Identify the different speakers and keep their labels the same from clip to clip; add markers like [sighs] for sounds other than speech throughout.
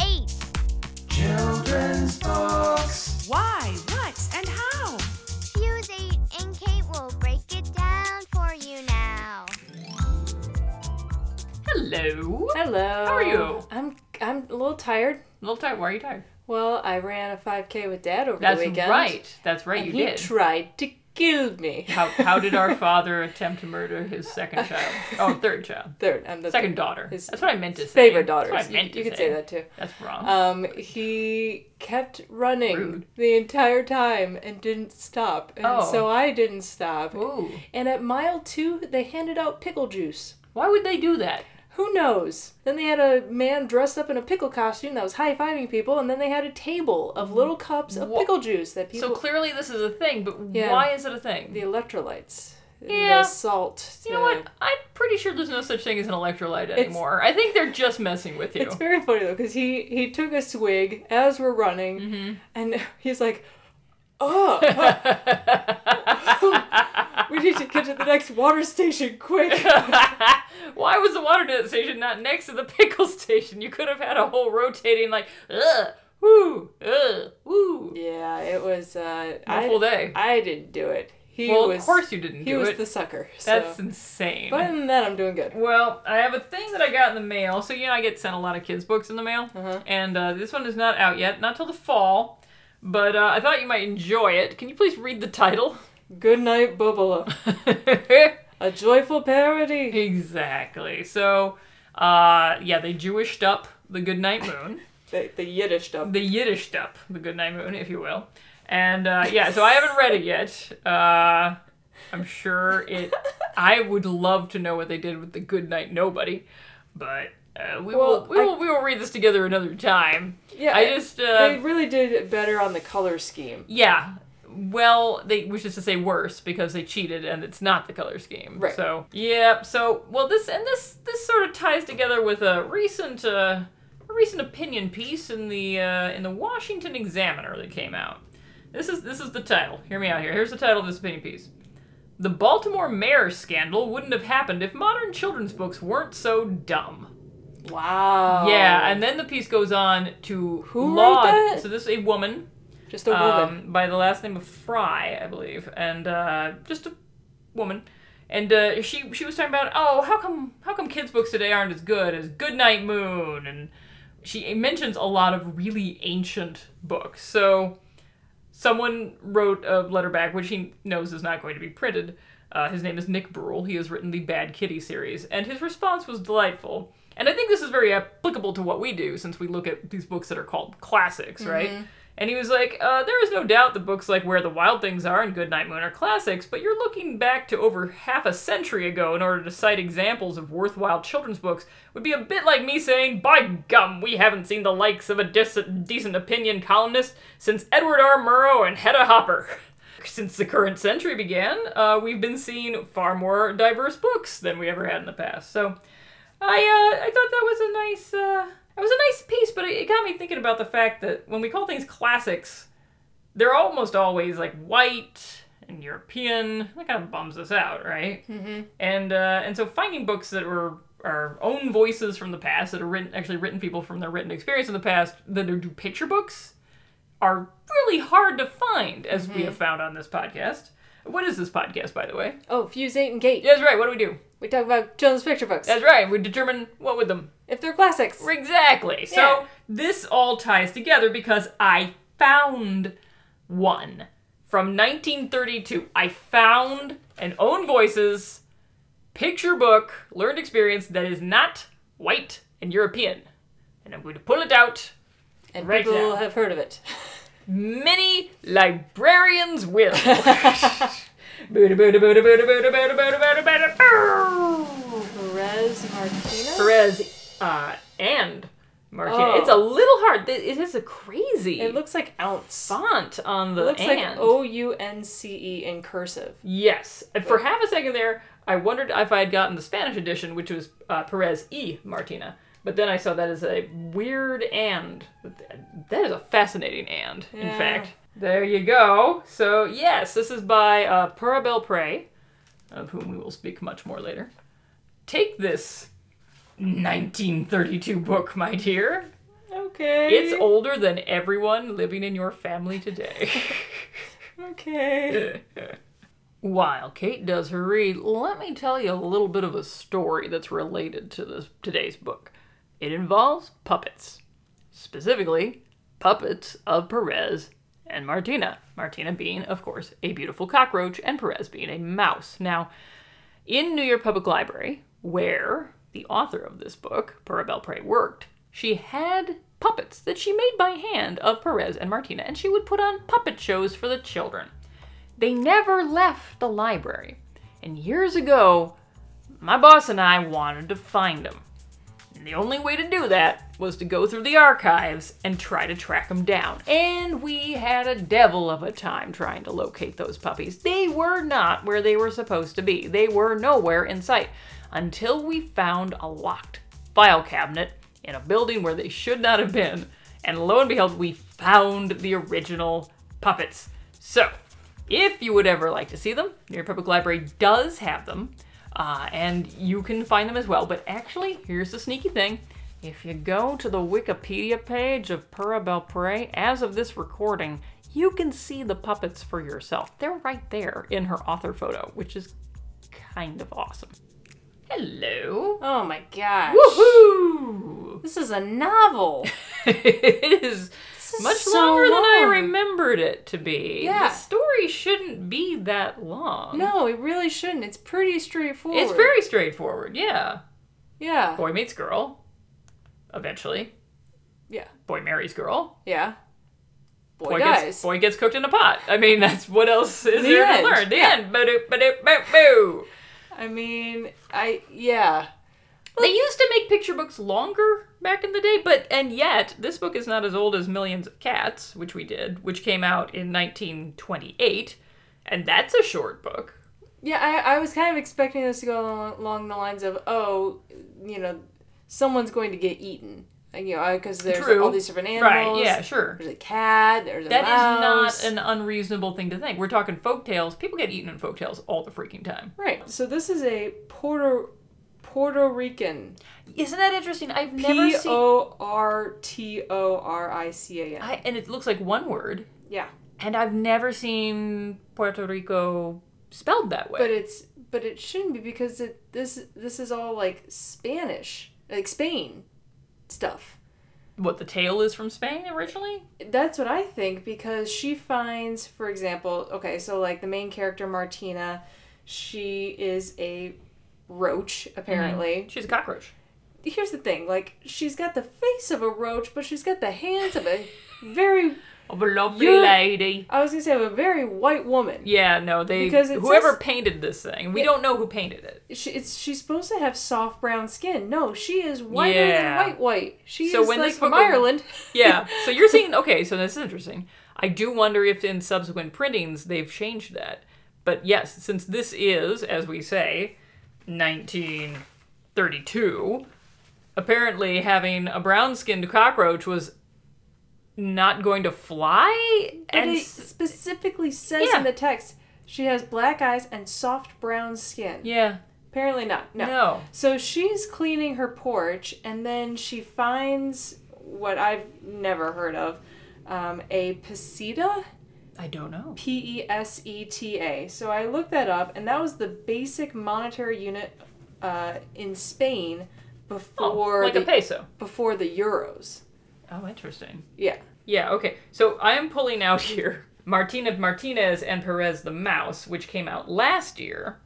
Speaker 1: 8.
Speaker 2: Children's books.
Speaker 3: Why, what, and how?
Speaker 1: Fuse 8 and Kate will break it down for you now.
Speaker 4: Hello.
Speaker 5: Hello. How
Speaker 4: are you?
Speaker 5: I'm I'm a little tired.
Speaker 4: Little tired. Why are you tired?
Speaker 5: Well, I ran a 5K with Dad over
Speaker 4: That's
Speaker 5: the weekend.
Speaker 4: right. That's right.
Speaker 5: And
Speaker 4: you
Speaker 5: he
Speaker 4: did.
Speaker 5: tried to kill me.
Speaker 4: how, how
Speaker 5: [laughs]
Speaker 4: did our father attempt to murder his second child? Oh, third child.
Speaker 5: Third, I'm the
Speaker 4: Second daughter.
Speaker 5: His
Speaker 4: That's what I meant to say.
Speaker 5: favorite
Speaker 4: That's
Speaker 5: daughter.
Speaker 4: what I meant to
Speaker 5: you could say that too.
Speaker 4: That's wrong.
Speaker 5: Um, he kept running
Speaker 4: Rude.
Speaker 5: the entire time and didn't stop, and
Speaker 4: Oh.
Speaker 5: so I didn't stop.
Speaker 4: Ooh.
Speaker 5: And at mile two, they handed out pickle juice.
Speaker 4: Why would they do that?
Speaker 5: Who knows? Then they had a man dressed up in a pickle costume that was high fiving people, and then they had a table of little cups of
Speaker 4: Wha-
Speaker 5: pickle juice that people
Speaker 4: So clearly this is a thing, but
Speaker 5: Yeah.
Speaker 4: why is it a
Speaker 5: the
Speaker 4: thing?
Speaker 5: electrolytes. and
Speaker 4: Yeah.
Speaker 5: The salt.
Speaker 4: You know
Speaker 5: the-
Speaker 4: what? I'm pretty sure there's no such thing as an electrolyte anymore. I think they're just messing with you.
Speaker 5: It's very funny though, because he he took a swig as we're running,
Speaker 4: Mm-hmm.
Speaker 5: and [laughs] he's like, "Oh, [laughs]
Speaker 4: [laughs]
Speaker 5: we need to get to the next water station quick."
Speaker 4: [laughs] Why was the water station not next to the pickle station? You could have had a whole rotating like, ugh, woo, ugh, woo.
Speaker 5: yeah, it was. Uh,
Speaker 4: The
Speaker 5: I
Speaker 4: full day.
Speaker 5: I didn't do it. He
Speaker 4: well,
Speaker 5: was.
Speaker 4: of course you didn't
Speaker 5: he
Speaker 4: do
Speaker 5: was
Speaker 4: it.
Speaker 5: the sucker. So.
Speaker 4: That's insane.
Speaker 5: But other than that, I'm doing good.
Speaker 4: well, I have a thing that I got in the mail. So you know, I get sent a lot of kids' books in the mail,
Speaker 5: Uh-huh.
Speaker 4: and uh, this one is not out yet, not till the fall. But uh, I thought you might enjoy it. Can you please read the title? [laughs]
Speaker 5: Good night, Bubala. a joyful parody.
Speaker 4: exactly. So, uh, yeah, they Jewished up the Goodnight Moon.
Speaker 5: The, the Yiddish stuff.
Speaker 4: the Yiddish up, the Goodnight Moon, if you will. And uh, yeah, so I haven't read it yet. Uh, I'm sure it. I would love to know what they did with the Goodnight Nobody, but uh, we will
Speaker 5: Well,
Speaker 4: we
Speaker 5: I-
Speaker 4: will we will read this together another time.
Speaker 5: Yeah,
Speaker 4: I just
Speaker 5: they
Speaker 4: uh,
Speaker 5: really did better on the color scheme.
Speaker 4: yeah. Well, they which is to say worse because they cheated and it's not the color scheme.
Speaker 5: Right.
Speaker 4: So yeah. So well, this and this this sort of ties together with a recent. Uh, a recent opinion piece in the uh, in the Washington Examiner that came out. This is this is the title. Hear me out here. Here's the title of this opinion piece. The Baltimore mayor scandal wouldn't have happened if modern children's books weren't so dumb.
Speaker 5: Wow.
Speaker 4: Yeah, and then the piece goes on to
Speaker 5: Oh. Who wrote
Speaker 4: laud.
Speaker 5: that?
Speaker 4: So this is a woman
Speaker 5: just a woman.
Speaker 4: um, by the last name of Fry, I believe, and uh, just a woman. And uh, she she was talking about oh how come how come kids books today aren't as good as Goodnight Moon and she mentions a lot of really ancient books. So someone wrote a letter back, which he knows is not going to be printed. Uh, his name is Nick Brule. He has written the Bad Kitty series, and his response was delightful. And I think this is very applicable to what we do, since we look at these books that are called classics, right? And he was like, uh, "There is no doubt that books like Where the Wild Things Are and Goodnight Moon are classics, but you're looking back to over half a century ago in order to cite examples of worthwhile children's books would be a bit like me saying, by gum, we haven't seen the likes of a dis- decent opinion columnist since Edward R. Murrow and Hedda Hopper." [laughs] Since the current century began, uh, we've been seeing far more diverse books than we ever had in the past. So, I uh, I thought that was a nice uh, it was a nice piece, but it, it got me thinking about the fact that when we call things classics, they're almost always like white and European. That kind of bums us out, right? Mm-hmm. And uh, and so finding books that were our own voices from the past that are written actually written people from their written experience in the past that are do picture books are really hard to find as we have found on this podcast. What is this podcast, by the way?
Speaker 5: oh, Fuse 8 and Gate.
Speaker 4: Yeah, that's right. What do we do?
Speaker 5: We talk about children's picture books.
Speaker 4: That's right. We determine what would them
Speaker 5: if they're classics.
Speaker 4: Exactly.
Speaker 5: Yeah.
Speaker 4: So this all ties together because I found one from 1932. I found an own voices picture book learned experience that is not white and European. And I'm going to pull it out.
Speaker 5: and
Speaker 4: right
Speaker 5: people
Speaker 4: now.
Speaker 5: have heard of
Speaker 4: [laughs]
Speaker 5: it.
Speaker 4: Many librarians
Speaker 5: [laughs]
Speaker 4: will. Booda, booda, booda, booda, booda, booda, booda, booda, booda, booda.
Speaker 5: Perez Martinez?
Speaker 4: Perez uh, and Martian.
Speaker 5: Oh.
Speaker 4: It's a little hard. Th- It is a crazy
Speaker 5: It looks like ounce.
Speaker 4: font on the
Speaker 5: It looks like
Speaker 4: and.
Speaker 5: O U N C E in cursive.
Speaker 4: Yes. And For half a second there, I wondered if I had gotten the Spanish edition, which was uh, Perez E. Martina. But then I saw that as a weird and. That is a fascinating and, in
Speaker 5: Yeah.
Speaker 4: fact. There you go. So, yes, this is by uh, Parabel Prey, of whom we will speak much more later. Take this 1932 book, my dear.
Speaker 5: Okay.
Speaker 4: It's older than everyone living in your family
Speaker 5: [laughs]
Speaker 4: today. [laughs]
Speaker 5: Okay.
Speaker 4: [laughs] While Kate does her read, let me tell you a little bit of a story that's related to this today's book. It involves puppets. Specifically, puppets of Perez and Martina. Martina being, of course, a beautiful cockroach and Perez being a mouse. Now, in New York Public Library, where the author of this book, Parabel Prey, worked, she had puppets that she made by hand of Perez and Martina, and she would put on puppet shows for the children. They never left the library. And years ago, my boss and I wanted to find them. And the only way to do that was to go through the archives and try to track them down. And we had a devil of a time trying to locate those puppies. They were not where they were supposed to be, they were nowhere in sight until we found a locked file cabinet in a building where they should not have been. And lo and behold, we found the original puppets. So, if you would ever like to see them, your public library does have them, uh, and you can find them as well. But actually, here's the sneaky thing. If you go to the Wikipedia page of Purabel Prey, as of this recording, you can see the puppets for yourself. They're right there in her author photo, which is kind of awesome. Hello.
Speaker 5: Oh my gosh.
Speaker 4: Woohoo! [laughs]
Speaker 5: This is a novel.
Speaker 4: it is
Speaker 5: is
Speaker 4: much
Speaker 5: so
Speaker 4: longer than I
Speaker 5: long.
Speaker 4: remembered it to be.
Speaker 5: Yeah.
Speaker 4: The story shouldn't be that long.
Speaker 5: No, it really shouldn't. It's pretty straightforward.
Speaker 4: It's very straightforward, yeah.
Speaker 5: Yeah.
Speaker 4: Boy meets girl. Eventually.
Speaker 5: Yeah.
Speaker 4: Boy marries girl.
Speaker 5: Yeah. Boy,
Speaker 4: Boy
Speaker 5: dies.
Speaker 4: gets boy gets cooked in a pot. I mean, that's what else is there
Speaker 5: end,
Speaker 4: to learn. The
Speaker 5: yeah.
Speaker 4: end. Ba-doop, ba-doop, boop, boo.
Speaker 5: I mean, I yeah.
Speaker 4: They used to make picture books longer back in the day, but and yet this book is not as old as Millions of Cats, which we did, which came out in 1928, and that's a short book.
Speaker 5: Yeah, I, I was kind of expecting this to go along, along the lines of, oh, you know, someone's going to get eaten. Like, you know, because there's
Speaker 4: True.
Speaker 5: all these different animals.
Speaker 4: Right? Yeah, sure.
Speaker 5: There's a cat, there's a
Speaker 4: That is
Speaker 5: mouse.
Speaker 4: not an unreasonable thing to think. We're talking folktales. People get eaten in folktales all the freaking time.
Speaker 5: Right. So this is a Puerto Puerto Rican.
Speaker 4: Isn't that interesting? I've never
Speaker 5: P
Speaker 4: seen.
Speaker 5: O R T O R I C A N.
Speaker 4: I, and it looks like one word.
Speaker 5: Yeah.
Speaker 4: And I've never seen Puerto Rico spelled that way.
Speaker 5: But it's but it shouldn't be because it this this is all like Spanish, like Spain stuff.
Speaker 4: what the tale is from Spain originally?
Speaker 5: That's what I think because she finds, for example, okay, so like the main character Martina, she is a roach apparently.
Speaker 4: She's a cockroach. Mm-hmm.
Speaker 5: Here's the thing, like she's got the face of a roach, but she's got the hands of a very
Speaker 4: Of a lovely
Speaker 5: You're-
Speaker 4: lady.
Speaker 5: I was gonna say of a very white woman.
Speaker 4: Yeah, no, they
Speaker 5: Because it
Speaker 4: whoever
Speaker 5: says-
Speaker 4: painted this thing. We
Speaker 5: Yeah.
Speaker 4: don't know who painted it.
Speaker 5: She, it's, she's supposed to have soft brown skin. No, she is whiter
Speaker 4: Yeah.
Speaker 5: than white white. She
Speaker 4: So
Speaker 5: is
Speaker 4: when
Speaker 5: like
Speaker 4: this
Speaker 5: from
Speaker 4: book- [laughs]
Speaker 5: Ireland. [laughs]
Speaker 4: Yeah. so you're seeing okay, so this is interesting. I do wonder if in subsequent printings they've changed that. But yes, since this is, as we say, 1932, apparently having a brown-skinned cockroach was not going to fly
Speaker 5: But
Speaker 4: and
Speaker 5: it
Speaker 4: s-
Speaker 5: specifically says
Speaker 4: Yeah.
Speaker 5: in the text she has black eyes and soft brown skin.
Speaker 4: yeah,
Speaker 5: Apparently not. No.
Speaker 4: no.
Speaker 5: So she's cleaning her porch and then she finds what I've never heard of um, a peseta.
Speaker 4: I don't know.
Speaker 5: P E S E T A. So I looked that up, and that was the basic monetary unit uh, in Spain before
Speaker 4: Oh, like
Speaker 5: the,
Speaker 4: a peso.
Speaker 5: before the euros.
Speaker 4: Oh, interesting.
Speaker 5: Yeah.
Speaker 4: Yeah, okay. So I am pulling out [laughs] here Martina Martinez and Perez the Mouse, which came out last year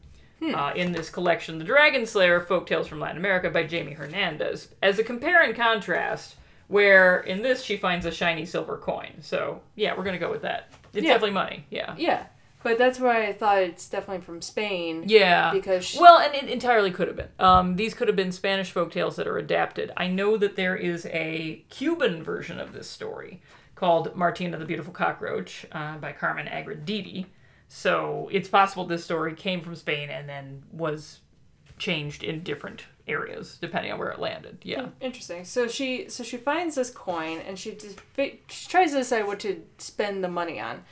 Speaker 4: uh, in this collection, The Dragon Slayer Folktales from Latin America by Jamie Hernandez, as a compare and contrast, where in this she finds a shiny silver coin. So, yeah, we're going to go with that. It's
Speaker 5: Yeah.
Speaker 4: definitely money. Yeah.
Speaker 5: Yeah. But that's why I thought it's definitely from Spain.
Speaker 4: Yeah.
Speaker 5: Because she-
Speaker 4: well, and it entirely could have been. Um, these could have been Spanish folktales that are adapted. I know that there is a Cuban version of this story called Martina the Beautiful Cockroach uh, by Carmen Agraditi. So it's possible this story came from Spain and then was changed in different areas depending on where it landed. Yeah.
Speaker 5: Interesting. So she so she finds this coin and she de- fi- she tries to decide what to spend the money on.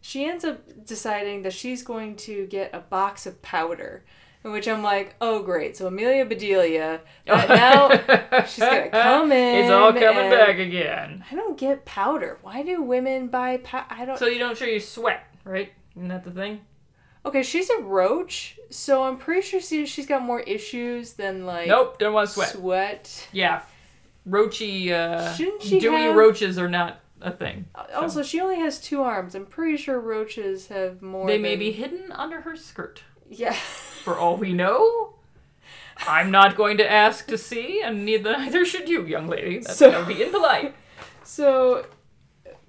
Speaker 5: She ends up deciding that she's going to get a box of powder, in which I'm like, oh great. So Amelia Bedelia, but
Speaker 4: [laughs]
Speaker 5: now she's gonna come in.
Speaker 4: Uh, It's all coming
Speaker 5: and-
Speaker 4: back again.
Speaker 5: I don't get powder. Why do women buy powder? I don't.
Speaker 4: So you don't show your sweat, right? Isn't that the thing?
Speaker 5: okay, she's a roach, so I'm pretty sure she, she's got more issues than like
Speaker 4: Nope, don't want to sweat.
Speaker 5: sweat.
Speaker 4: Yeah. Roachy, uh,
Speaker 5: Shouldn't she
Speaker 4: dewy
Speaker 5: have-
Speaker 4: roaches are not a thing.
Speaker 5: Also, she only has two arms. I'm pretty sure roaches have more.
Speaker 4: They
Speaker 5: than-
Speaker 4: may be hidden under her skirt.
Speaker 5: [laughs] Yeah.
Speaker 4: For all we know, I'm not going to ask to see, and neither, neither should you, young lady. That's,
Speaker 5: So-
Speaker 4: That would be impolite.
Speaker 5: so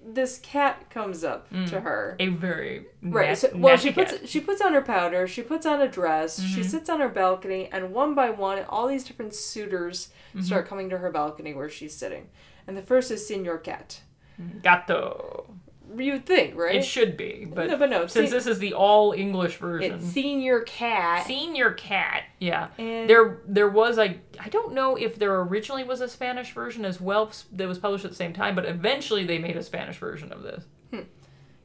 Speaker 5: this cat comes up to her.
Speaker 4: Mm. A very
Speaker 5: Right.
Speaker 4: nat-
Speaker 5: So, well,
Speaker 4: natty
Speaker 5: she puts
Speaker 4: cat. Mm-hmm.
Speaker 5: she puts on her powder. She puts on a dress. She sits on her balcony, and one by one, all these different suitors
Speaker 4: Mm-hmm.
Speaker 5: start coming to her balcony where she's sitting. And the first is Senor Cat.
Speaker 4: Gato.
Speaker 5: You'd think, right?
Speaker 4: It should be, but,
Speaker 5: No, but no,
Speaker 4: since
Speaker 5: se-
Speaker 4: this is the all English version,
Speaker 5: It's Senior Cat.
Speaker 4: senior cat. Yeah.
Speaker 5: And-
Speaker 4: there there was I I don't know if there originally was a Spanish version as well that was published at the same time, but eventually they made a Spanish version of this.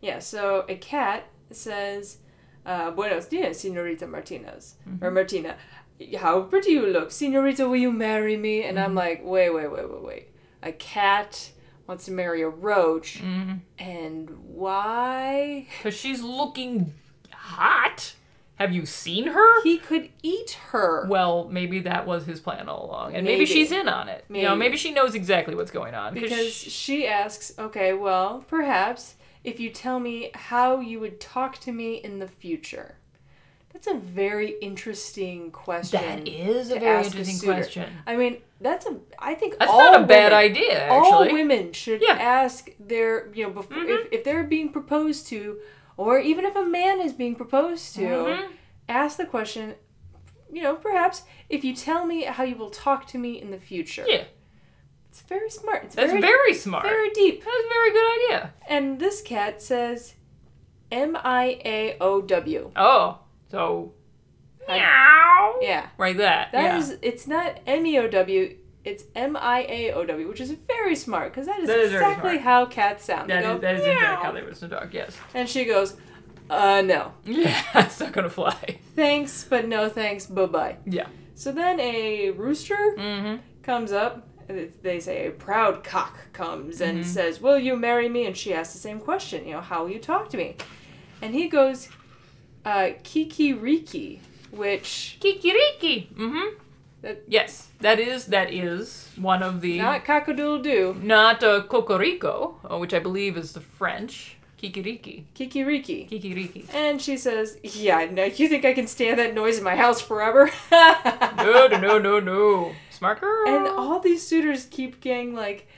Speaker 5: yeah. So a cat says, uh, "Buenos dias, Senorita Martinez
Speaker 4: Mm-hmm.
Speaker 5: or Martina. How pretty you look, Senorita. Will you marry me?" And
Speaker 4: Mm-hmm.
Speaker 5: I'm like, "Wait, wait, wait, wait, wait. A cat." Wants to marry a roach,
Speaker 4: Mm-hmm.
Speaker 5: and why?
Speaker 4: Cause she's looking hot. Have you seen her?
Speaker 5: He could eat her.
Speaker 4: well, maybe that was his plan all along, and maybe,
Speaker 5: Maybe.
Speaker 4: she's in on it. You know,
Speaker 5: Maybe.
Speaker 4: maybe she knows exactly what's going on
Speaker 5: Because
Speaker 4: she-
Speaker 5: she asks, okay, well, perhaps if you tell me how you would talk to me in the future. That's a very interesting question.
Speaker 4: that is a
Speaker 5: to
Speaker 4: very
Speaker 5: ask a
Speaker 4: interesting
Speaker 5: suitor.
Speaker 4: question.
Speaker 5: I mean, that's a. I think
Speaker 4: That's
Speaker 5: all
Speaker 4: not a bad
Speaker 5: women-
Speaker 4: idea,
Speaker 5: All
Speaker 4: actually.
Speaker 5: women should
Speaker 4: Yeah. Mm-hmm.
Speaker 5: ask their, you know, before if, if they're being proposed to, or even if a man is being proposed to,
Speaker 4: Mm-hmm.
Speaker 5: ask the question. You know, perhaps if you tell me how you will talk to me in the future.
Speaker 4: Yeah,
Speaker 5: It's very smart. It's
Speaker 4: that's very,
Speaker 5: very,
Speaker 4: smart.
Speaker 5: very deep.
Speaker 4: that's a very good idea.
Speaker 5: And this cat says M I A O W.
Speaker 4: Oh, so
Speaker 5: I-
Speaker 4: meow,
Speaker 5: Yeah.
Speaker 4: like that.
Speaker 5: that
Speaker 4: yeah.
Speaker 5: is. it's not M E O W, it's M I A O W, which is very smart because that is,
Speaker 4: That is very
Speaker 5: exactly
Speaker 4: smart.
Speaker 5: how cats sound. They
Speaker 4: That
Speaker 5: go,
Speaker 4: is, that is
Speaker 5: "Meow."
Speaker 4: exactly how they was the dog.
Speaker 5: [laughs]
Speaker 4: Yes.
Speaker 5: And she goes, uh, no.
Speaker 4: Yeah, it's not gonna fly.
Speaker 5: Thanks, but no thanks. Bye bye.
Speaker 4: Yeah.
Speaker 5: So then a rooster comes up. and They say a proud cock comes and
Speaker 4: Mm-hmm.
Speaker 5: says, "Will you marry me?" And she asks the same question. You know, how will you talk to me? And he goes, uh, "Kikiriki," which
Speaker 4: Kikiriki. Mm-hmm.
Speaker 5: That-
Speaker 4: yes, that is that is one of the
Speaker 5: not cockadoodle doo,
Speaker 4: not uh, cocorico, uh, which I believe is the French kikiriki.
Speaker 5: Kikiriki.
Speaker 4: Kikiriki.
Speaker 5: And she says, "Yeah, no, you think I can stand that noise in my house forever?"
Speaker 4: No, no, no, no, no. Smart girl.
Speaker 5: And all these suitors keep getting like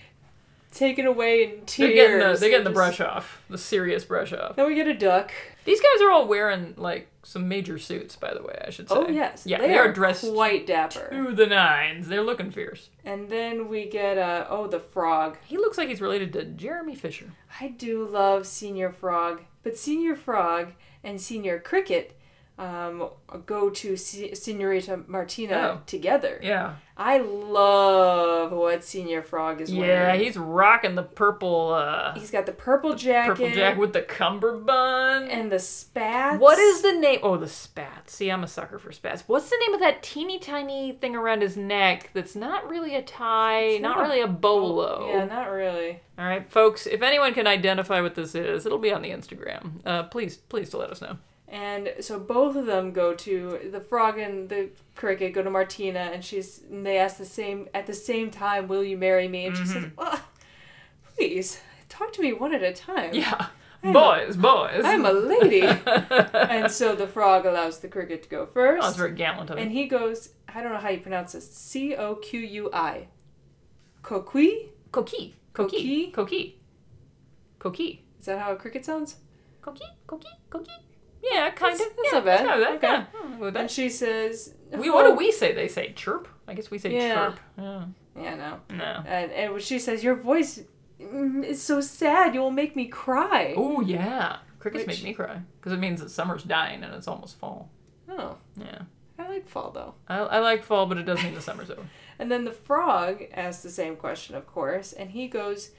Speaker 5: taken away in
Speaker 4: they're
Speaker 5: tears.
Speaker 4: getting the they're
Speaker 5: and
Speaker 4: getting the
Speaker 5: just-
Speaker 4: brush off, the serious brush off.
Speaker 5: Then we get a duck.
Speaker 4: These guys are all wearing like some major suits, by the way. I should say.
Speaker 5: Oh yes,
Speaker 4: Yeah,
Speaker 5: they,
Speaker 4: are, dressed
Speaker 5: quite dapper.
Speaker 4: to the nines. They're looking fierce.
Speaker 5: And then we get uh oh the frog.
Speaker 4: He looks like he's related to Jeremy Fisher.
Speaker 5: I do love Senior Frog, but Senior Frog and Senior Cricket um, go to Se- Senorita Martina
Speaker 4: Oh.
Speaker 5: together.
Speaker 4: Yeah.
Speaker 5: I love what Senior Frog is
Speaker 4: Yeah,
Speaker 5: wearing.
Speaker 4: he's rocking the purple uh
Speaker 5: he's got the purple jacket,
Speaker 4: purple jacket with the cummerbund.
Speaker 5: and the spats.
Speaker 4: what is the name? Oh, the spats. See, I'm a sucker for spats. What's the name of that teeny tiny thing around his neck that's not really a tie, not,
Speaker 5: not a
Speaker 4: really a bolo?
Speaker 5: Yeah, not really.
Speaker 4: All right, folks, if anyone can identify what this is, it'll be on the Instagram. Uh, please, please to let us know.
Speaker 5: And so both of them go to the frog and the cricket go to Martina, and she's and they ask the same at the same time, "Will you marry me?" And she says,
Speaker 4: Mm-hmm.
Speaker 5: well, "Please talk to me one at a time.
Speaker 4: Yeah. [laughs] boys, boys. [laughs]
Speaker 5: [laughs] I'm a lady." and so the frog allows the cricket to go
Speaker 4: Oh, that's
Speaker 5: first,
Speaker 4: very gallant of
Speaker 5: and
Speaker 4: him.
Speaker 5: he goes, "I don't know how you pronounce this. C O Q U I, coqui.
Speaker 4: Coquille. Coquille.
Speaker 5: Coquille?
Speaker 4: Coquille. Coquille.
Speaker 5: Is that how a cricket sounds?
Speaker 4: Coquille. Coquille. Coquille. Yeah, kind of.
Speaker 5: that's
Speaker 4: yeah,
Speaker 5: not bad.
Speaker 4: Kind of that.
Speaker 5: Okay.
Speaker 4: Yeah. I don't know
Speaker 5: And
Speaker 4: that.
Speaker 5: she says,
Speaker 4: We,
Speaker 5: "Oh."
Speaker 4: what do we say? They say chirp. I guess we say
Speaker 5: Yeah.
Speaker 4: chirp. Yeah.
Speaker 5: Yeah, no.
Speaker 4: No.
Speaker 5: And, and when she says, Your voice mm, is so sad, you will make me cry.
Speaker 4: Oh yeah, crickets
Speaker 5: Which-
Speaker 4: make me cry because it means that summer's dying and it's almost fall.
Speaker 5: Oh,
Speaker 4: Yeah.
Speaker 5: I like fall though.
Speaker 4: I, I like fall, but it does mean the summer's over.
Speaker 5: And then the frog asks the same question, of course, and he goes,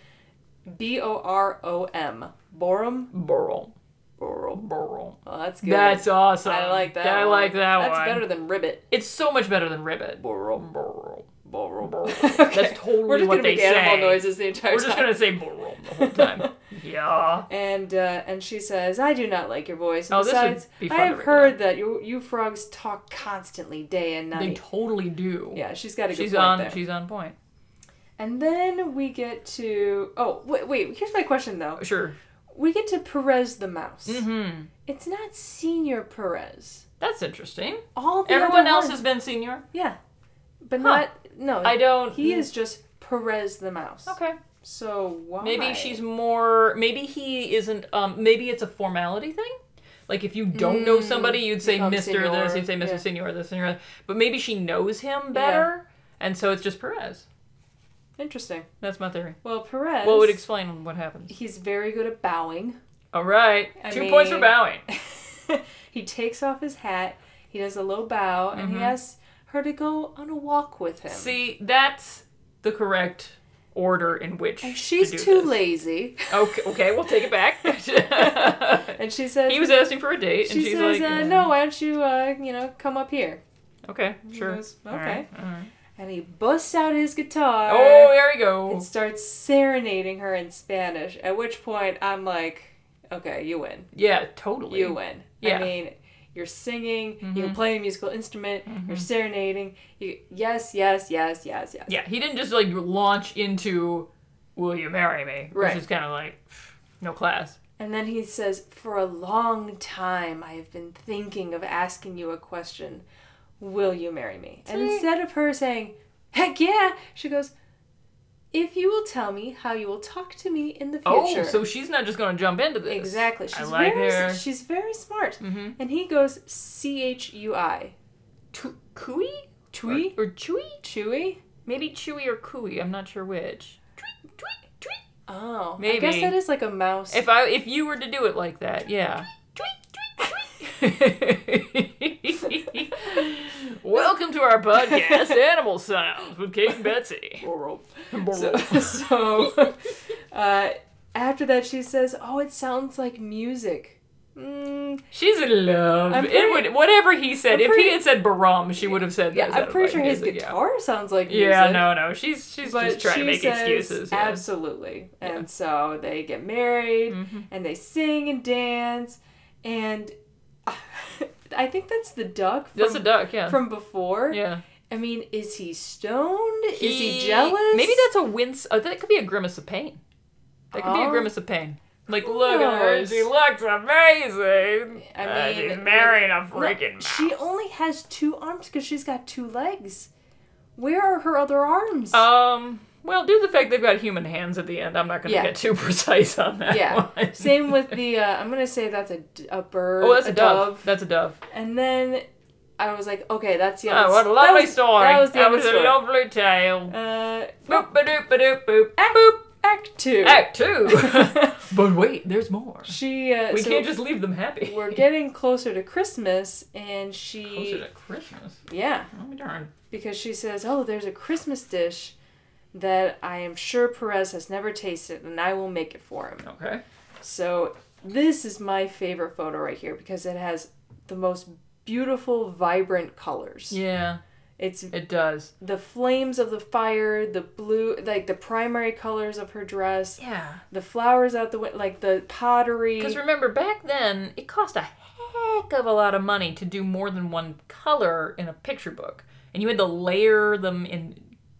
Speaker 5: B O R O M. Borum?
Speaker 4: Burl,
Speaker 5: Borum.
Speaker 4: burl.
Speaker 5: Well, that's good.
Speaker 4: That's awesome.
Speaker 5: I like that.
Speaker 4: I
Speaker 5: one.
Speaker 4: like that
Speaker 5: That's
Speaker 4: one.
Speaker 5: better than ribbit.
Speaker 4: It's so much better than ribbit.
Speaker 5: Borum.
Speaker 4: Burl.
Speaker 5: Borum. [laughs]
Speaker 4: Borum.
Speaker 5: Okay.
Speaker 4: That's totally
Speaker 5: We're just
Speaker 4: what
Speaker 5: gonna
Speaker 4: they
Speaker 5: make animal
Speaker 4: say.
Speaker 5: noises the entire
Speaker 4: We're
Speaker 5: time.
Speaker 4: just gonna say burl the whole
Speaker 5: [laughs]
Speaker 4: time. yeah.
Speaker 5: and uh, and she says, "I do not like your voice. And
Speaker 4: Oh, this would
Speaker 5: besides,
Speaker 4: be fun
Speaker 5: I
Speaker 4: to
Speaker 5: have
Speaker 4: read
Speaker 5: heard that you you frogs talk constantly, day and
Speaker 4: They
Speaker 5: night."
Speaker 4: totally do.
Speaker 5: yeah, she's got a good
Speaker 4: She's
Speaker 5: point
Speaker 4: on.
Speaker 5: there.
Speaker 4: She's on point.
Speaker 5: And then we get to oh wait, wait here's my question though.
Speaker 4: Sure.
Speaker 5: We get to Perez the mouse.
Speaker 4: Hmm.
Speaker 5: It's not Senior Perez.
Speaker 4: That's interesting.
Speaker 5: All the
Speaker 4: Everyone
Speaker 5: other
Speaker 4: else
Speaker 5: ones-
Speaker 4: has been senior.
Speaker 5: yeah, but
Speaker 4: Huh.
Speaker 5: not no.
Speaker 4: I don't.
Speaker 5: He is just Perez the mouse.
Speaker 4: Okay.
Speaker 5: So why?
Speaker 4: Maybe she's more. Maybe he isn't. Um. Maybe it's a formality thing. Like if you don't know somebody, you'd say
Speaker 5: Mm, become
Speaker 4: Mister this,
Speaker 5: senor.
Speaker 4: you'd say Mister
Speaker 5: Yeah.
Speaker 4: Senor this, Senor. that. But maybe she knows him better, and so it's just Perez.
Speaker 5: interesting.
Speaker 4: That's my theory.
Speaker 5: Well, Perez.
Speaker 4: What would explain what happens?
Speaker 5: He's very good at bowing. [laughs]
Speaker 4: All right,
Speaker 5: I
Speaker 4: two points for
Speaker 5: mean-
Speaker 4: bowing.
Speaker 5: he takes off his hat, he does a low bow, and he asks her to go on a walk with him.
Speaker 4: Mm-hmm. See, that's the correct order in which to
Speaker 5: She's
Speaker 4: do
Speaker 5: too
Speaker 4: this.
Speaker 5: lazy.
Speaker 4: Okay, okay, we'll take it [laughs] back.
Speaker 5: [laughs] And she says,
Speaker 4: he was asking for a date, and
Speaker 5: she
Speaker 4: she's
Speaker 5: says,
Speaker 4: like,
Speaker 5: uh,
Speaker 4: "Yeah."
Speaker 5: no, why don't you, uh, you know, come up here?
Speaker 4: okay, sure,
Speaker 5: goes,
Speaker 4: All right, Uh-huh. all right.
Speaker 5: And he busts out his guitar
Speaker 4: Oh, there we go.
Speaker 5: and starts serenading her in Spanish, at which point I'm like, okay, you win.
Speaker 4: Yeah, totally.
Speaker 5: You win.
Speaker 4: Yeah. Mm-hmm.
Speaker 5: I mean, you're singing, you can play a musical instrument, you're serenading. You, yes, yes, yes, yes, yes.
Speaker 4: Yeah, he didn't just like launch into "Will you marry me?"
Speaker 5: Right.
Speaker 4: Which is kind of like pff, no class.
Speaker 5: And then he says, For a long time, I have been thinking of asking you a question. Will you marry me? And instead of her saying, Heck yeah, she goes, If you will tell me how you will talk to me in the future.
Speaker 4: Oh, so she's not just going to jump into this.
Speaker 5: exactly.
Speaker 4: I
Speaker 5: She's,
Speaker 4: like
Speaker 5: very,
Speaker 4: her. Mm-hmm.
Speaker 5: she's very smart. And he goes, C H U I.
Speaker 4: Tu- Cooey,
Speaker 5: Chewy?
Speaker 4: or, or Chewy?
Speaker 5: Chewy?
Speaker 4: Maybe Chewy or Cooey. I'm not sure which. Tweet, tweet, tweet.
Speaker 5: Oh, I guess
Speaker 4: Maybe.
Speaker 5: that is like a mouse.
Speaker 4: If I if you were to do it like that,
Speaker 5: [laughs]
Speaker 4: yeah. [laughs] Welcome to our podcast, Animal Sounds with Kate and Betsy.
Speaker 5: So,
Speaker 4: [laughs]
Speaker 5: [laughs] so uh, after that, she says, Oh, it sounds like music. Mm,
Speaker 4: She's in love.
Speaker 5: I'm
Speaker 4: it
Speaker 5: pretty-
Speaker 4: would whatever he said.
Speaker 5: I'm
Speaker 4: if
Speaker 5: pretty-
Speaker 4: he had said Baram, she would have said.
Speaker 5: Yeah,
Speaker 4: that
Speaker 5: I'm
Speaker 4: sounded
Speaker 5: pretty
Speaker 4: like
Speaker 5: sure his
Speaker 4: music, yeah.
Speaker 5: guitar sounds like music.
Speaker 4: Yeah, no, no. She's she's
Speaker 5: But
Speaker 4: just trying
Speaker 5: she
Speaker 4: to make
Speaker 5: says,
Speaker 4: excuses. Yeah. Mm-hmm.
Speaker 5: Absolutely. And so they get married and they sing and dance and [laughs] I think that's the duck from,
Speaker 4: That's a duck. Yeah.
Speaker 5: from before.
Speaker 4: yeah.
Speaker 5: I mean, is he stoned? is he jealous?
Speaker 4: Maybe that's a wince. Uh, that could be a grimace of pain. That could be a
Speaker 5: Oh.
Speaker 4: grimace of pain. Like,
Speaker 5: Who
Speaker 4: look at her.
Speaker 5: knows?
Speaker 4: She looks amazing.
Speaker 5: I
Speaker 4: Uh,
Speaker 5: mean,
Speaker 4: she's
Speaker 5: like-
Speaker 4: marrying a
Speaker 5: No,
Speaker 4: freaking mouse.
Speaker 5: She only has two arms because she's got two legs. Where are her other
Speaker 4: [laughs]
Speaker 5: arms?
Speaker 4: Um. Well, due to the fact they've got human hands at the end, I'm not going to
Speaker 5: Yeah.
Speaker 4: get too [laughs] precise on that.
Speaker 5: yeah.
Speaker 4: one.
Speaker 5: Same with the. Uh, I'm gonna say that's a, d- a bird.
Speaker 4: Oh, that's a, dove.
Speaker 5: dove.
Speaker 4: That's a dove.
Speaker 5: And then I was like, okay, that's the end.
Speaker 4: Oh, what a lovely story.
Speaker 5: That was the
Speaker 4: that
Speaker 5: end of
Speaker 4: was
Speaker 5: the
Speaker 4: a
Speaker 5: story.
Speaker 4: lovely tale.
Speaker 5: uh,
Speaker 4: Boop, ba-doop, ba-doop, boop.
Speaker 5: act,
Speaker 4: Boop.
Speaker 5: act two.
Speaker 4: Act [laughs] two. but wait, there's more.
Speaker 5: She. Uh,
Speaker 4: We
Speaker 5: so
Speaker 4: can't just leave them happy.
Speaker 5: We're getting closer to Christmas, and she.
Speaker 4: [laughs] closer to Christmas.
Speaker 5: Yeah,
Speaker 4: Oh, darn.
Speaker 5: because she says, "Oh, there's a Christmas dish." That I am sure Perez has never tasted, and I will make it for him.
Speaker 4: Okay.
Speaker 5: So, this is my favorite photo right here because it has the most beautiful, vibrant colors.
Speaker 4: Yeah,
Speaker 5: It's
Speaker 4: it does.
Speaker 5: the flames of the fire, the blue, like the primary colors of her dress,
Speaker 4: Yeah.
Speaker 5: the flowers out the window, like the pottery.
Speaker 4: Because remember, back then, it cost a heck of a lot of money to do more than one color in a picture book. And you had to layer them in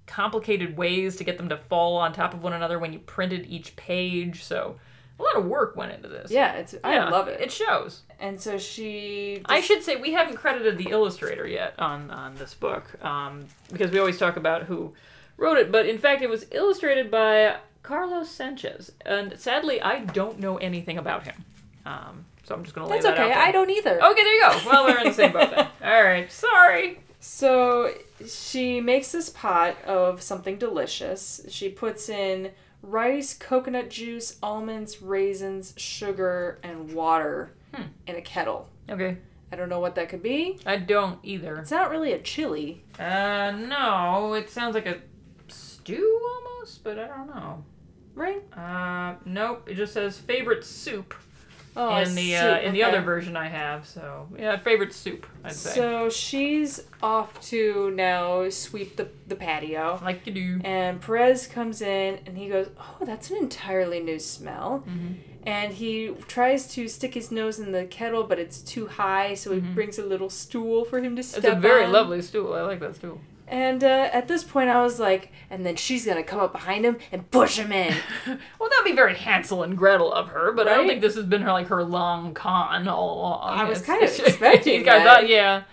Speaker 4: complicated ways to get them to fall on top of one another when you printed each page. So, a lot of work went into this.
Speaker 5: yeah, it's I
Speaker 4: Yeah,
Speaker 5: love it.
Speaker 4: It shows.
Speaker 5: and so she,
Speaker 4: I should say we haven't credited the illustrator yet on on this book um, because we always talk about who wrote it, but in fact it was illustrated by Carlos Sanchez, and sadly I don't know anything about him. Um, So I'm just gonna lay
Speaker 5: That's
Speaker 4: that
Speaker 5: okay. I
Speaker 4: out.
Speaker 5: don't either.
Speaker 4: there. Oh, Okay, there you go. Well, we're in the same
Speaker 5: [laughs]
Speaker 4: boat then. All right. Sorry.
Speaker 5: So she makes this pot of something delicious. She puts in rice, coconut juice, almonds, raisins, sugar, and water
Speaker 4: Hmm.
Speaker 5: in a kettle.
Speaker 4: Okay.
Speaker 5: I don't know what that could be.
Speaker 4: I don't either.
Speaker 5: It's not really a chili.
Speaker 4: Uh, no. It sounds like a stew almost, but I don't know.
Speaker 5: Right?
Speaker 4: Uh, nope. It just says favorite soup
Speaker 5: Oh,
Speaker 4: in the uh, in the other version I have. So yeah, favorite soup. I'd say.
Speaker 5: So she's off to now sweep the, the patio.
Speaker 4: like you do.
Speaker 5: And Perez comes in and he goes, Oh, that's an entirely new smell.
Speaker 4: Mm-hmm.
Speaker 5: And he tries to stick his nose in the kettle, but it's too high, so he brings a little stool for him to step
Speaker 4: It's Mm-hmm. a very
Speaker 5: on.
Speaker 4: lovely stool. I like that stool.
Speaker 5: And uh, at this point, I was like, And then she's going to come up behind him and push
Speaker 4: [laughs]
Speaker 5: him in.
Speaker 4: Well, that'd be very Hansel and Gretel of her, but I don't
Speaker 5: Right?
Speaker 4: think this has been her like her long con all along.
Speaker 5: I was
Speaker 4: It's-
Speaker 5: kind of
Speaker 4: [laughs] it's-
Speaker 5: expecting
Speaker 4: he's got
Speaker 5: that.
Speaker 4: yeah.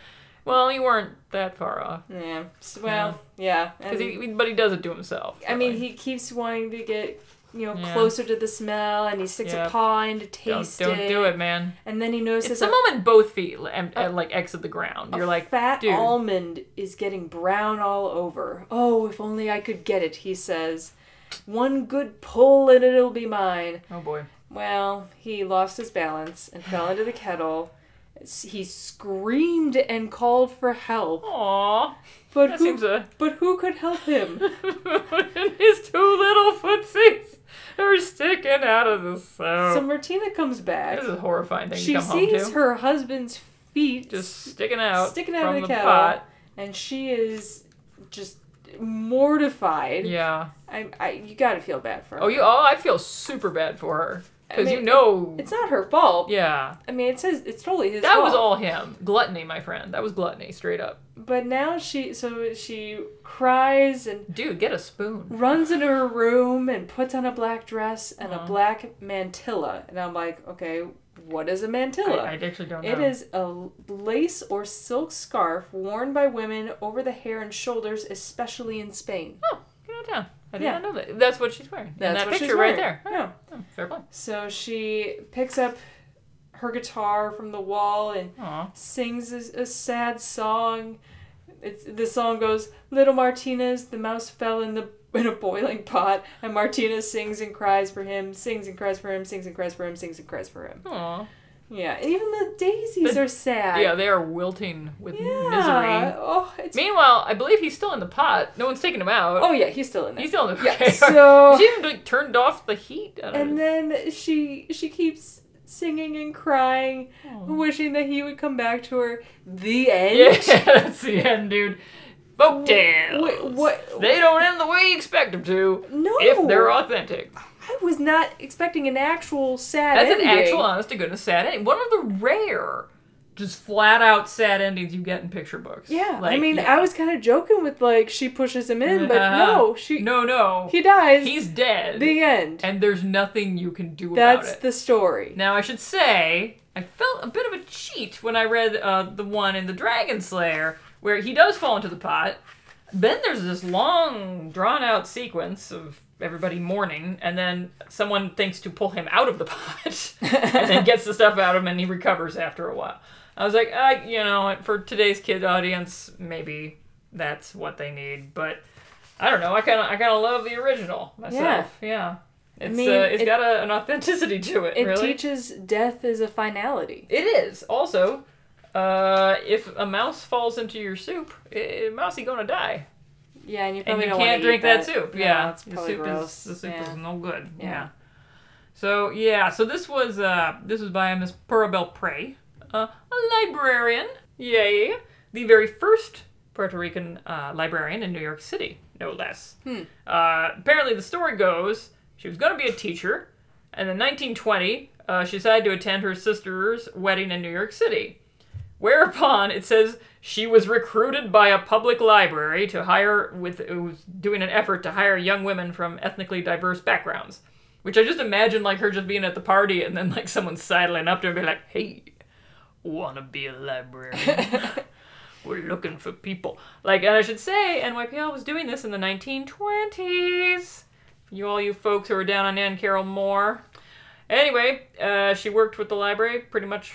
Speaker 4: Well, you weren't that far off,
Speaker 5: yeah. s- Well, yeah.
Speaker 4: 'Cause
Speaker 5: And,
Speaker 4: he, but he does it to himself.
Speaker 5: I mean,
Speaker 4: really.
Speaker 5: he keeps wanting to get. You know,
Speaker 4: Yeah.
Speaker 5: closer to the smell, and he sticks
Speaker 4: Yeah.
Speaker 5: a paw in to
Speaker 4: don't,
Speaker 5: taste
Speaker 4: don't
Speaker 5: it.
Speaker 4: do it, man.
Speaker 5: And then he notices
Speaker 4: It's
Speaker 5: a
Speaker 4: the moment both feet and, like exit the ground. You're
Speaker 5: A
Speaker 4: like,
Speaker 5: fat
Speaker 4: dude,
Speaker 5: almond is getting brown all over. Oh, if only I could get it, he says. One good pull and it'll be mine.
Speaker 4: oh boy.
Speaker 5: Well, he lost his balance
Speaker 4: [sighs]
Speaker 5: and fell into the kettle. S- He screamed and called for help,
Speaker 4: Aww,
Speaker 5: but
Speaker 4: that
Speaker 5: who?
Speaker 4: seems a
Speaker 5: But who could
Speaker 4: [laughs]
Speaker 5: help him?
Speaker 4: his two little footsies are sticking out of the snow.
Speaker 5: so Martina comes back.
Speaker 4: Uh, this is a horrifying thing
Speaker 5: She
Speaker 4: to come home
Speaker 5: sees
Speaker 4: to.
Speaker 5: her husband's feet,
Speaker 4: just sticking out,
Speaker 5: Sticking out of
Speaker 4: from
Speaker 5: the kettle.
Speaker 4: pot.
Speaker 5: and she is just mortified.
Speaker 4: Yeah.
Speaker 5: I, I, you gotta feel bad for her.
Speaker 4: Oh, you. Oh, I feel super bad for her
Speaker 5: I
Speaker 4: because
Speaker 5: mean,
Speaker 4: you know.
Speaker 5: It's not her fault.
Speaker 4: yeah,
Speaker 5: I mean, it says it's totally his
Speaker 4: that
Speaker 5: fault.
Speaker 4: was all him. Gluttony, my friend. That was gluttony, straight up.
Speaker 5: But now she, so she cries and
Speaker 4: Dude, get a spoon.
Speaker 5: runs into her room and puts on a black dress and
Speaker 4: Uh-huh.
Speaker 5: a black mantilla. And I'm like, okay, what is a mantilla?
Speaker 4: I, I actually don't know.
Speaker 5: It is a lace or silk scarf worn by women over the hair and shoulders, especially in Spain.
Speaker 4: Oh, get it down. I did
Speaker 5: Yeah.
Speaker 4: not know that. That's what she's wearing. in
Speaker 5: That's
Speaker 4: that
Speaker 5: what
Speaker 4: picture
Speaker 5: she's
Speaker 4: right
Speaker 5: wearing.
Speaker 4: there. Oh,
Speaker 5: Yeah.
Speaker 4: oh, fair play.
Speaker 5: So she picks up her guitar from the wall and
Speaker 4: Aw.
Speaker 5: sings a, a sad song. It's, the song goes, "Little Martinez, the mouse fell in the [laughs] in a boiling pot," and Martinez sings and cries for him, sings and cries for him, sings and cries for him, sings and cries for him.
Speaker 4: Aw.
Speaker 5: Yeah, even the daisies
Speaker 4: The-
Speaker 5: are sad.
Speaker 4: Yeah, they are wilting with
Speaker 5: Yeah.
Speaker 4: misery.
Speaker 5: Oh, it's,
Speaker 4: Meanwhile, I believe he's still in the pot. No one's taking him out.
Speaker 5: oh yeah, he's still in there.
Speaker 4: He's still in the [laughs]
Speaker 5: Yeah,
Speaker 4: okay.
Speaker 5: so-
Speaker 4: she even like, turned off the heat. I don't
Speaker 5: and
Speaker 4: know.
Speaker 5: then she she keeps singing and crying, wishing that he would come back to her. The end.
Speaker 4: [laughs] Yeah, [laughs] that's the end, dude. Folk tales.
Speaker 5: Wait, what?
Speaker 4: They don't end the way you expect them to.
Speaker 5: No.
Speaker 4: If they're authentic.
Speaker 5: I was not expecting an actual sad
Speaker 4: That's
Speaker 5: ending.
Speaker 4: an actual, honest to goodness, sad ending. One of the rare, just flat out sad endings you get in picture books.
Speaker 5: Yeah, I
Speaker 4: Like,
Speaker 5: mean,
Speaker 4: yeah.
Speaker 5: I was kind of joking with like she pushes him in, but
Speaker 4: Uh-huh.
Speaker 5: no, she
Speaker 4: No, no.
Speaker 5: he dies.
Speaker 4: He's dead.
Speaker 5: the end.
Speaker 4: and there's nothing you can do about
Speaker 5: That's
Speaker 4: it.
Speaker 5: the story.
Speaker 4: Now, I should say, I felt a bit of a cheat when I read uh, the one in The Dragon Slayer, where he does fall into the pot. Then there's this long, drawn out sequence of everybody mourning, and then someone thinks to pull him out of the pot, [laughs] and then gets the stuff out of him, and he recovers after a while. I was like, uh, you know, for today's kid audience, maybe that's what they need, but I don't know. I kind of, I kind of love the original myself. Yeah, it's
Speaker 5: mean,
Speaker 4: uh, it's
Speaker 5: it-
Speaker 4: got a, an authenticity to it.
Speaker 5: it
Speaker 4: really.
Speaker 5: teaches death is a finality.
Speaker 4: It is also. Uh, if a mouse falls into your soup, i mousey gonna die,
Speaker 5: Yeah, and you
Speaker 4: and
Speaker 5: probably
Speaker 4: you
Speaker 5: don't
Speaker 4: can't
Speaker 5: wanna
Speaker 4: drink
Speaker 5: eat
Speaker 4: that,
Speaker 5: that.
Speaker 4: soup.
Speaker 5: No,
Speaker 4: yeah,
Speaker 5: it's
Speaker 4: the
Speaker 5: probably
Speaker 4: soup
Speaker 5: gross.
Speaker 4: is the soup
Speaker 5: yeah.
Speaker 4: is no good. Yeah.
Speaker 5: Yeah.
Speaker 4: So yeah, so this was uh this was by Miss Purabel Prey, uh, a librarian. Yay! The very first Puerto Rican uh, librarian in New York City, no less.
Speaker 5: Hmm.
Speaker 4: Uh, apparently, the story goes she was going to be a teacher, and in 1920, uh, she decided to attend her sister's wedding in New York City. Whereupon it says she was recruited by a public library to hire with it was doing an effort to hire young women from ethnically diverse backgrounds, which I just imagine like her just being at the party and then like someone sidling up to her and be like, "Hey, wanna be a librarian?" [laughs] We're looking for people. Like, and I should say, NYPL was doing this in the 1920s. You all you folks who are down on Ann Carroll Moore. Anyway, uh, she worked with the library pretty much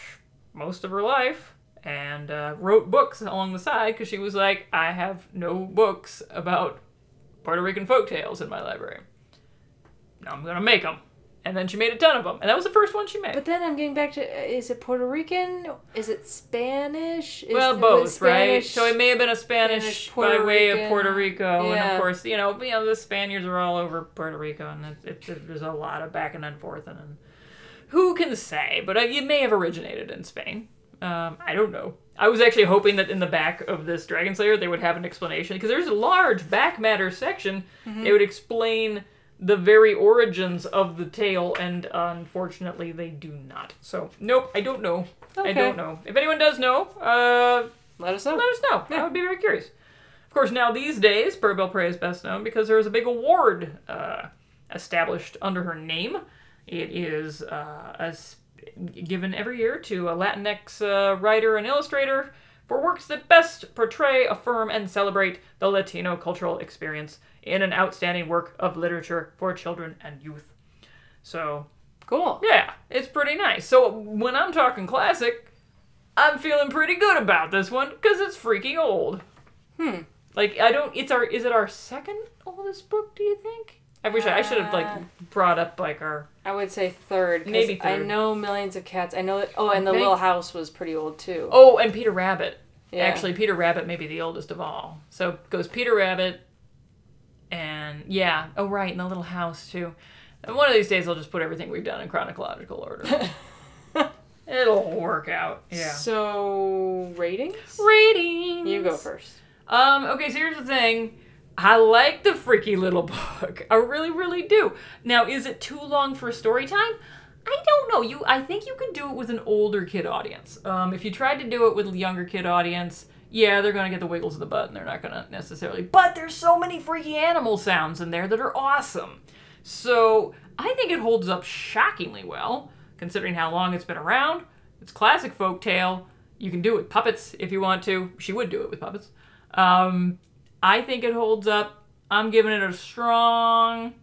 Speaker 4: most of her life and uh, wrote books along the side because she was like, I have no books about Puerto Rican folktales in my library. Now I'm going to make them. And then she made a ton of them. And that was the first one she made.
Speaker 5: But then I'm getting back to uh, is it Puerto Rican? Is it Spanish? Is
Speaker 4: well,
Speaker 5: it-
Speaker 4: both,
Speaker 5: was
Speaker 4: right?
Speaker 5: Spanish-
Speaker 4: So it may have been a Spanish,
Speaker 5: Spanish, Puerto
Speaker 4: by way of
Speaker 5: Rican.
Speaker 4: Puerto Rico, and
Speaker 5: Yeah.
Speaker 4: of course, you know, you know, the Spaniards are all over Puerto Rico, and it, it, there's a lot of back and then forth, and, and who can say? But uh, it may have originated in Spain. Um, I don't know. I was actually hoping that in the back of this Dragon Slayer they would have an explanation because there's a large back matter section.
Speaker 5: Mm-hmm.
Speaker 4: They would explain the very origins of the tale, and uh, unfortunately, they do not. So, nope, I don't know. I
Speaker 5: Okay.
Speaker 4: don't know. If anyone does know, uh,
Speaker 5: let us know.
Speaker 4: let us know. I would be very curious. Of course, now these days, Pearl Bell Prey is best known because there is a big award uh, established under her name. It is uh, a s- given every year to a Latinx uh, writer and illustrator for works that best portray, affirm, and celebrate the Latino cultural experience in an outstanding work of literature for children and youth. So,
Speaker 5: Cool.
Speaker 4: yeah, it's pretty nice. So when I'm talking classic, I'm feeling pretty good about this one because it's freaking old. Hmm. Like I don't. It's our. Is it our second oldest book? Do you think? I wish I, I should have like brought up like our.
Speaker 5: I would say third. 'cause
Speaker 4: Maybe
Speaker 5: I
Speaker 4: third.
Speaker 5: know Millions of Cats. I know that. Oh, and The
Speaker 4: Okay.
Speaker 5: Little House was pretty old too.
Speaker 4: Oh, and Peter Rabbit.
Speaker 5: Yeah.
Speaker 4: Actually, Peter Rabbit may be the oldest of all. So it goes Peter Rabbit, and yeah. Oh right, and the little house too. And one of these days I'll just put everything we've done in chronological order. It'll work out. Yeah.
Speaker 5: So ratings?
Speaker 4: Ratings.
Speaker 5: You go first.
Speaker 4: Um, okay, so here's the thing. I like the freaky little [laughs] book. I really, really do. Now, is it too long for story time? I don't know. You, I think you could do it with an older kid audience. Um, if you tried to do it with a younger kid audience, yeah, they're gonna get the wiggles of the butt, and they're not gonna necessarily. But there's so many freaky animal sounds in there that are awesome. So I think it holds up shockingly well, considering how long it's been around. It's classic folktale. You can do it with puppets if you want to. She would do it with puppets. Um, I think it holds up. I'm giving it a strong.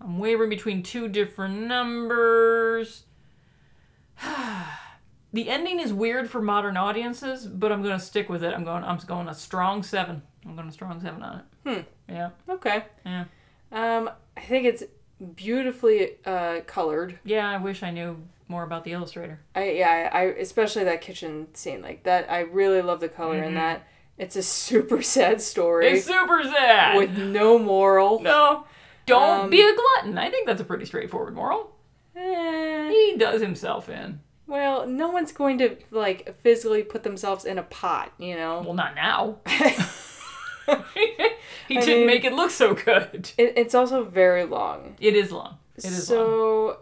Speaker 4: I'm wavering between two different numbers. [sighs] the ending is weird for modern audiences, but I'm gonna stick with it. I'm going. I'm going a strong seven. I'm going a strong seven on it. Hmm. Yeah.
Speaker 5: Okay.
Speaker 4: Yeah.
Speaker 5: Um, I think it's beautifully uh, colored.
Speaker 4: Yeah. I wish I knew more about the illustrator.
Speaker 5: I yeah, I, I especially that kitchen scene like that. I really love the color in that. It's a [laughs] super sad story
Speaker 4: Mm-hmm. It's super sad.
Speaker 5: with no
Speaker 4: [laughs]
Speaker 5: moral.
Speaker 4: no. Don't
Speaker 5: Um,
Speaker 4: be a glutton. I think that's a pretty straightforward moral.
Speaker 5: Eh,
Speaker 4: He does himself in.
Speaker 5: well, no one's going to like physically put themselves in a pot, you know.
Speaker 4: Well, not now. [laughs] he
Speaker 5: I
Speaker 4: didn't
Speaker 5: mean-
Speaker 4: make it look so good.
Speaker 5: [laughs] It, it's also very long.
Speaker 4: It is long. It is long.
Speaker 5: so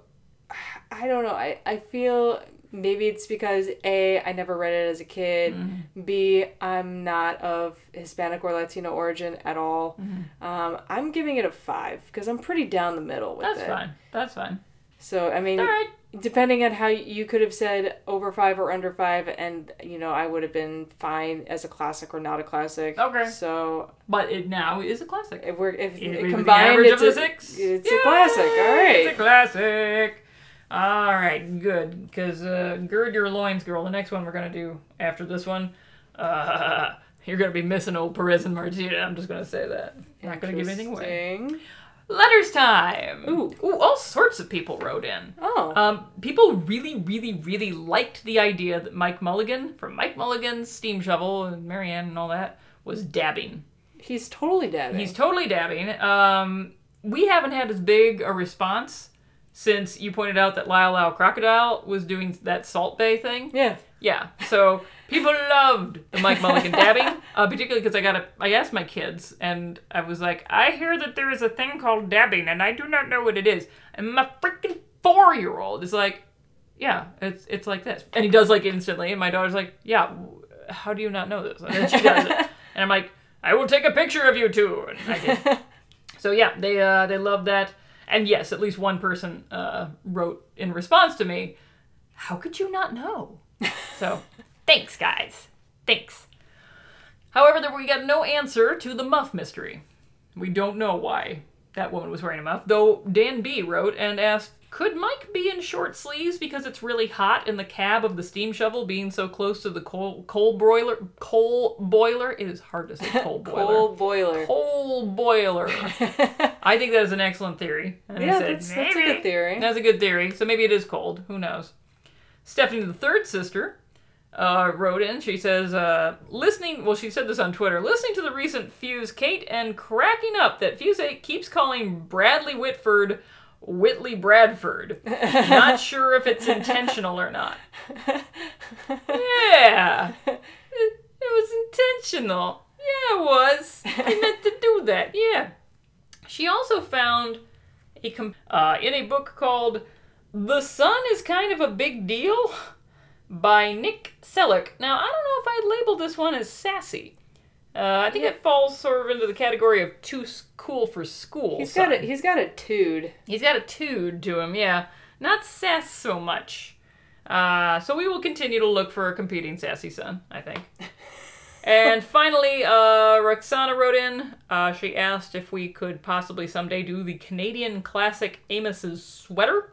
Speaker 5: [sighs] I don't know. I, I feel maybe it's because A, I never read it as a kid.
Speaker 4: Mm-hmm.
Speaker 5: B, I'm not of Hispanic or Latino origin at all.
Speaker 4: Mm-hmm.
Speaker 5: Um, I'm giving it a five because I'm pretty down the middle with
Speaker 4: That's
Speaker 5: it.
Speaker 4: fine. That's fine.
Speaker 5: So I mean,
Speaker 4: All right.
Speaker 5: depending on how you could have said over five or under five, and you know, I would have been fine as a classic or not a classic.
Speaker 4: Okay.
Speaker 5: So
Speaker 4: But it now is a classic.
Speaker 5: if we're if
Speaker 4: It-
Speaker 5: it
Speaker 4: the
Speaker 5: combined,
Speaker 4: average
Speaker 5: it's
Speaker 4: of the
Speaker 5: a,
Speaker 4: six.
Speaker 5: It's
Speaker 4: Yay!
Speaker 5: a classic. All right.
Speaker 4: It's a classic. All right, good. Because uh, gird your loins, girl. The next one we're gonna do after this one, uh, [laughs] you're gonna be missing old Perez and Martina. I'm just gonna say that. Not gonna give anything away.
Speaker 5: Interesting.
Speaker 4: Letters time.
Speaker 5: Ooh.
Speaker 4: Ooh, all sorts of people wrote in.
Speaker 5: Oh.
Speaker 4: Um, people really, really, really liked the idea that Mike Mulligan, from Mike Mulligan's Steam Shovel and Marianne and all that, was dabbing.
Speaker 5: He's totally dead.
Speaker 4: He's totally dabbing. Um, we haven't had as big a response since you pointed out that Lyle Lyle Crocodile was doing that Salt Bay thing.
Speaker 5: yeah.
Speaker 4: Yeah. So people loved the Mike Mulligan dabbing, uh, particularly because I got a, I asked my kids and I was like, I hear that there is a thing called dabbing and I do not know what it is. And my freaking four year old is like, yeah, it's it's like this, and he does like instantly. And my daughter's like, yeah, w- how do you not know this? And then she does it, and I'm like, I will take a picture of you two. And I did. So yeah, they uh, they love that. And yes, at least one person uh, wrote in response to me, "How could you not know?" So thanks, guys. Thanks. However, there we got no answer to the muff mystery. We don't know why that woman was wearing a muff. Though Dan B wrote and asked, could Mike be in short sleeves because it's really hot in the cab of the steam shovel being so close to the coal coal broiler coal boiler? It is hard to say coal boiler.
Speaker 5: Coal boiler.
Speaker 4: Coal
Speaker 5: [laughs]
Speaker 4: boiler. I think that is an excellent theory. And I
Speaker 5: yeah,
Speaker 4: said,
Speaker 5: that's, that's a
Speaker 4: "Maybe."
Speaker 5: good theory. [laughs]
Speaker 4: That's a good theory. So maybe it is cold. Who knows? Stephanie, the third sister, uh, wrote in. She says, uh, listening, well, she said this on Twitter, listening to the recent Fuse Kate and cracking up that Fuse 8 keeps calling Bradley Whitford Whitley
Speaker 5: [laughs]
Speaker 4: Bradford. not sure if it's intentional or not.
Speaker 5: [laughs]
Speaker 4: Yeah. It, it was intentional. Yeah, it was. I meant to do that. Yeah. She also found a com- uh, in a book called The Sun is Kind of a Big Deal by Nick Selleck. Now, I don't know if I'd label this one as sassy. Uh, I think it falls sort of into the category of too s- cool for school.
Speaker 5: He's got a
Speaker 4: son.
Speaker 5: he's got a tood.
Speaker 4: He's got a tood to him, yeah. Not sass so much. Uh, so we will continue to look for a competing sassy son, I
Speaker 5: [laughs]
Speaker 4: think. and finally, uh, Roxana wrote in. Uh, she asked if we could possibly someday do the Canadian classic Amos's sweater.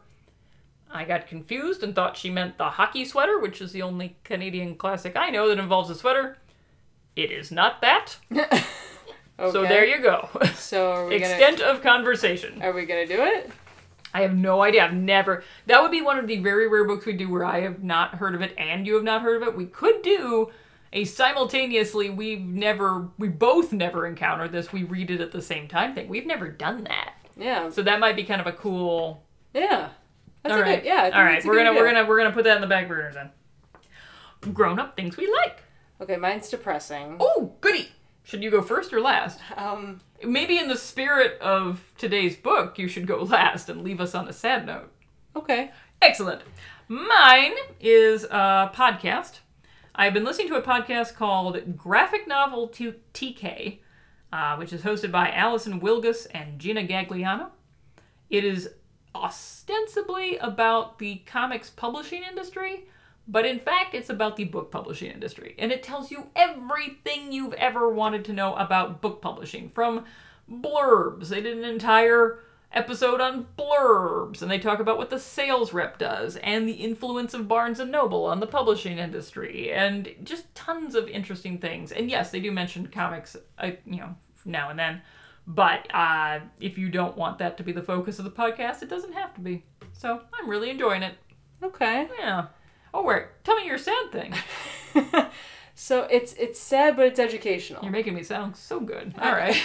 Speaker 4: I got confused and thought she meant the hockey sweater, which is the only Canadian classic I know that involves a sweater. It is not that.
Speaker 5: Okay.
Speaker 4: So there you go.
Speaker 5: So are [laughs] we
Speaker 4: Extent of conversation.
Speaker 5: gonna are we gonna do it?
Speaker 4: I have no idea. I've never. That would be one of the very rare books we do where I have not heard of it and you have not heard of it. We could do a simultaneously. We've never. We both never encountered this. We read it at the same time thing. We've never done that.
Speaker 5: Yeah.
Speaker 4: So that might be kind of a cool.
Speaker 5: yeah. That's
Speaker 4: all
Speaker 5: a
Speaker 4: right.
Speaker 5: good. Yeah. I think
Speaker 4: all right.
Speaker 5: that's a
Speaker 4: We're
Speaker 5: good
Speaker 4: gonna we're
Speaker 5: idea.
Speaker 4: gonna we're gonna put that in the back burner then. Grown up things we like.
Speaker 5: Okay, mine's depressing.
Speaker 4: Oh, goody. Should you go first or last?
Speaker 5: Um.
Speaker 4: Maybe in the spirit of today's book, you should go [laughs] last and leave us on a sad note.
Speaker 5: Okay.
Speaker 4: Excellent. Mine is a podcast. I've been listening to a podcast called Graphic Novel to TK, uh, which is hosted by Allison Wilgus and Gina Gagliano. It is ostensibly about the comics publishing industry, but in fact, it's about the book publishing industry. And it tells you everything you've ever wanted to know about book publishing from blurbs. They did an entire episode on blurbs and they talk about what the sales rep does and the influence of Barnes and Noble on the publishing industry and just tons of interesting things. And yes, they do mention comics, uh, you know, now and then. But uh, if you don't want that to be the focus of the podcast, it doesn't have to be. So I'm really enjoying it.
Speaker 5: Okay.
Speaker 4: Yeah. Oh, wait. Tell me your sad [laughs] thing.
Speaker 5: So it's it's sad, but it's educational.
Speaker 4: You're making me sound so [laughs] good. All right.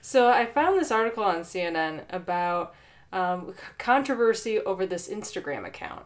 Speaker 5: So I found this article on CNN about um, c- controversy over this Instagram account.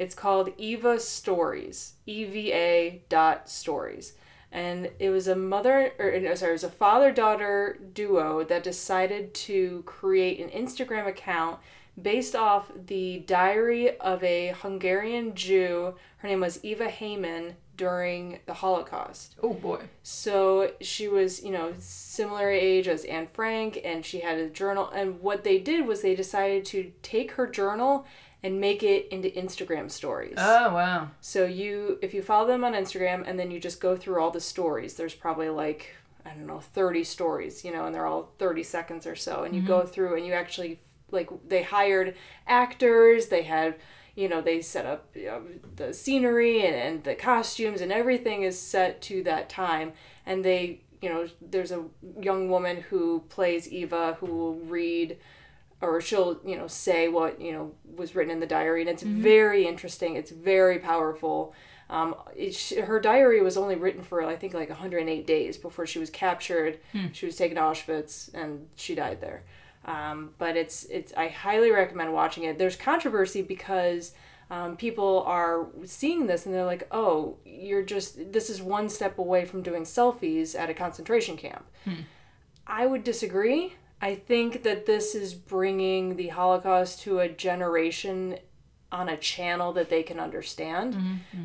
Speaker 5: It's called Eva Stories, EVA dot stories. And it was a mother, or no, sorry, it was a father daughter duo that decided to create an Instagram account based off the diary of a Hungarian Jew. Her name was Eva Heyman during the Holocaust.
Speaker 4: Oh, boy.
Speaker 5: So she was, you know, similar age as Anne Frank, and she had a journal. And what they did was they decided to take her journal and make it into Instagram stories.
Speaker 4: Oh, wow.
Speaker 5: So you, if you follow them on Instagram, and then you just go through all the stories. There's probably like I don't know, 30 stories, you know, and they're all 30 seconds or so. And you go through, and you actually like they hired actors. They had, you know, they set up you know, the scenery and, and the costumes, and everything is set to that time. And they, you know, there's a young woman who plays Eva who will read or she'll you know say what you know was written in the diary and it's very interesting it's very powerful um, it, sh her diary was only written for i think like 108 days before she was captured she was taken to auschwitz and she died there um, but it's it's i highly recommend watching it there's controversy because um, people are seeing this and they're like, oh, you're just, this is one step away from doing selfies at a concentration camp. I would disagree. I think that this is bringing the Holocaust to a generation on a channel that they can understand.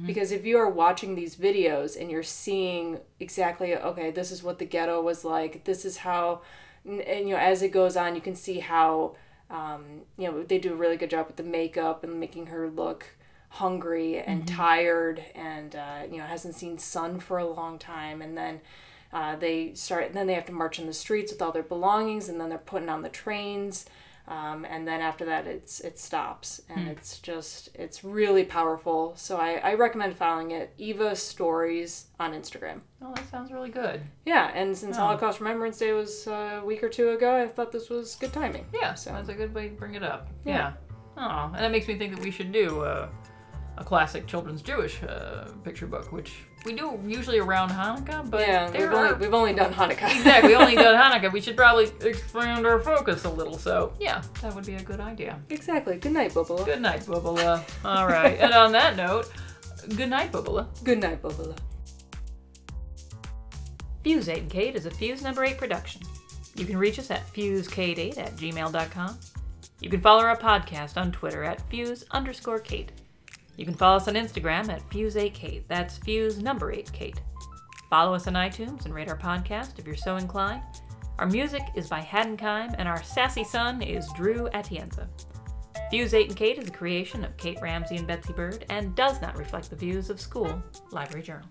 Speaker 5: Because if you are watching these videos and you're seeing exactly, okay, this is what the ghetto was like, this is how, and, and, you know, as it goes on, you can see how, um, you know, they do a really good job with the makeup and making her look hungry and tired and, uh, you know, hasn't seen sun for a long time. And then, Uh, they start, and then they have to march in the streets with all their belongings, and then they're putting on the trains, um, and then after that, it's it stops,
Speaker 4: Hmm.
Speaker 5: and it's just it's really powerful. So I, I recommend following it. Eva Stories on Instagram.
Speaker 4: Oh, that sounds really good.
Speaker 5: Yeah, and since Holocaust Remembrance Day was a week or two ago, I thought this was good timing.
Speaker 4: Yeah,
Speaker 5: So-
Speaker 4: that's a good way to bring it up.
Speaker 5: Yeah.
Speaker 4: Yeah. Oh, and that makes me think that we should do uh, a classic children's Jewish uh, picture book, which we do usually around Hanukkah, but
Speaker 5: Yeah,
Speaker 4: there
Speaker 5: we've
Speaker 4: are...
Speaker 5: only,
Speaker 4: [laughs]
Speaker 5: we've only done Hanukkah.
Speaker 4: exactly, we only done Hanukkah. We should probably expand our focus a little. So, yeah, that would be a good idea.
Speaker 5: [laughs] exactly. Good night, Bubba.
Speaker 4: Good night, Bubala. All right. And on that note, good night, Bubala.
Speaker 5: Good night, Bubba.
Speaker 4: Fuse 8 and Kate is a Fuse number 8 production. You can reach us at fusekate8 at gmail.com. You can follow our podcast on Twitter at fuse underscore Kate. You can follow us on Instagram at fuse8kate. That's fuse number 8 Kate. Follow us on iTunes and rate our podcast if you're so inclined. Our music is by Hadenkind, and our sassy son is Drew Atienza. Fuse 8 and Kate is a creation of Kate Ramsey and Betsy Bird and does not reflect the views of School Library Journal.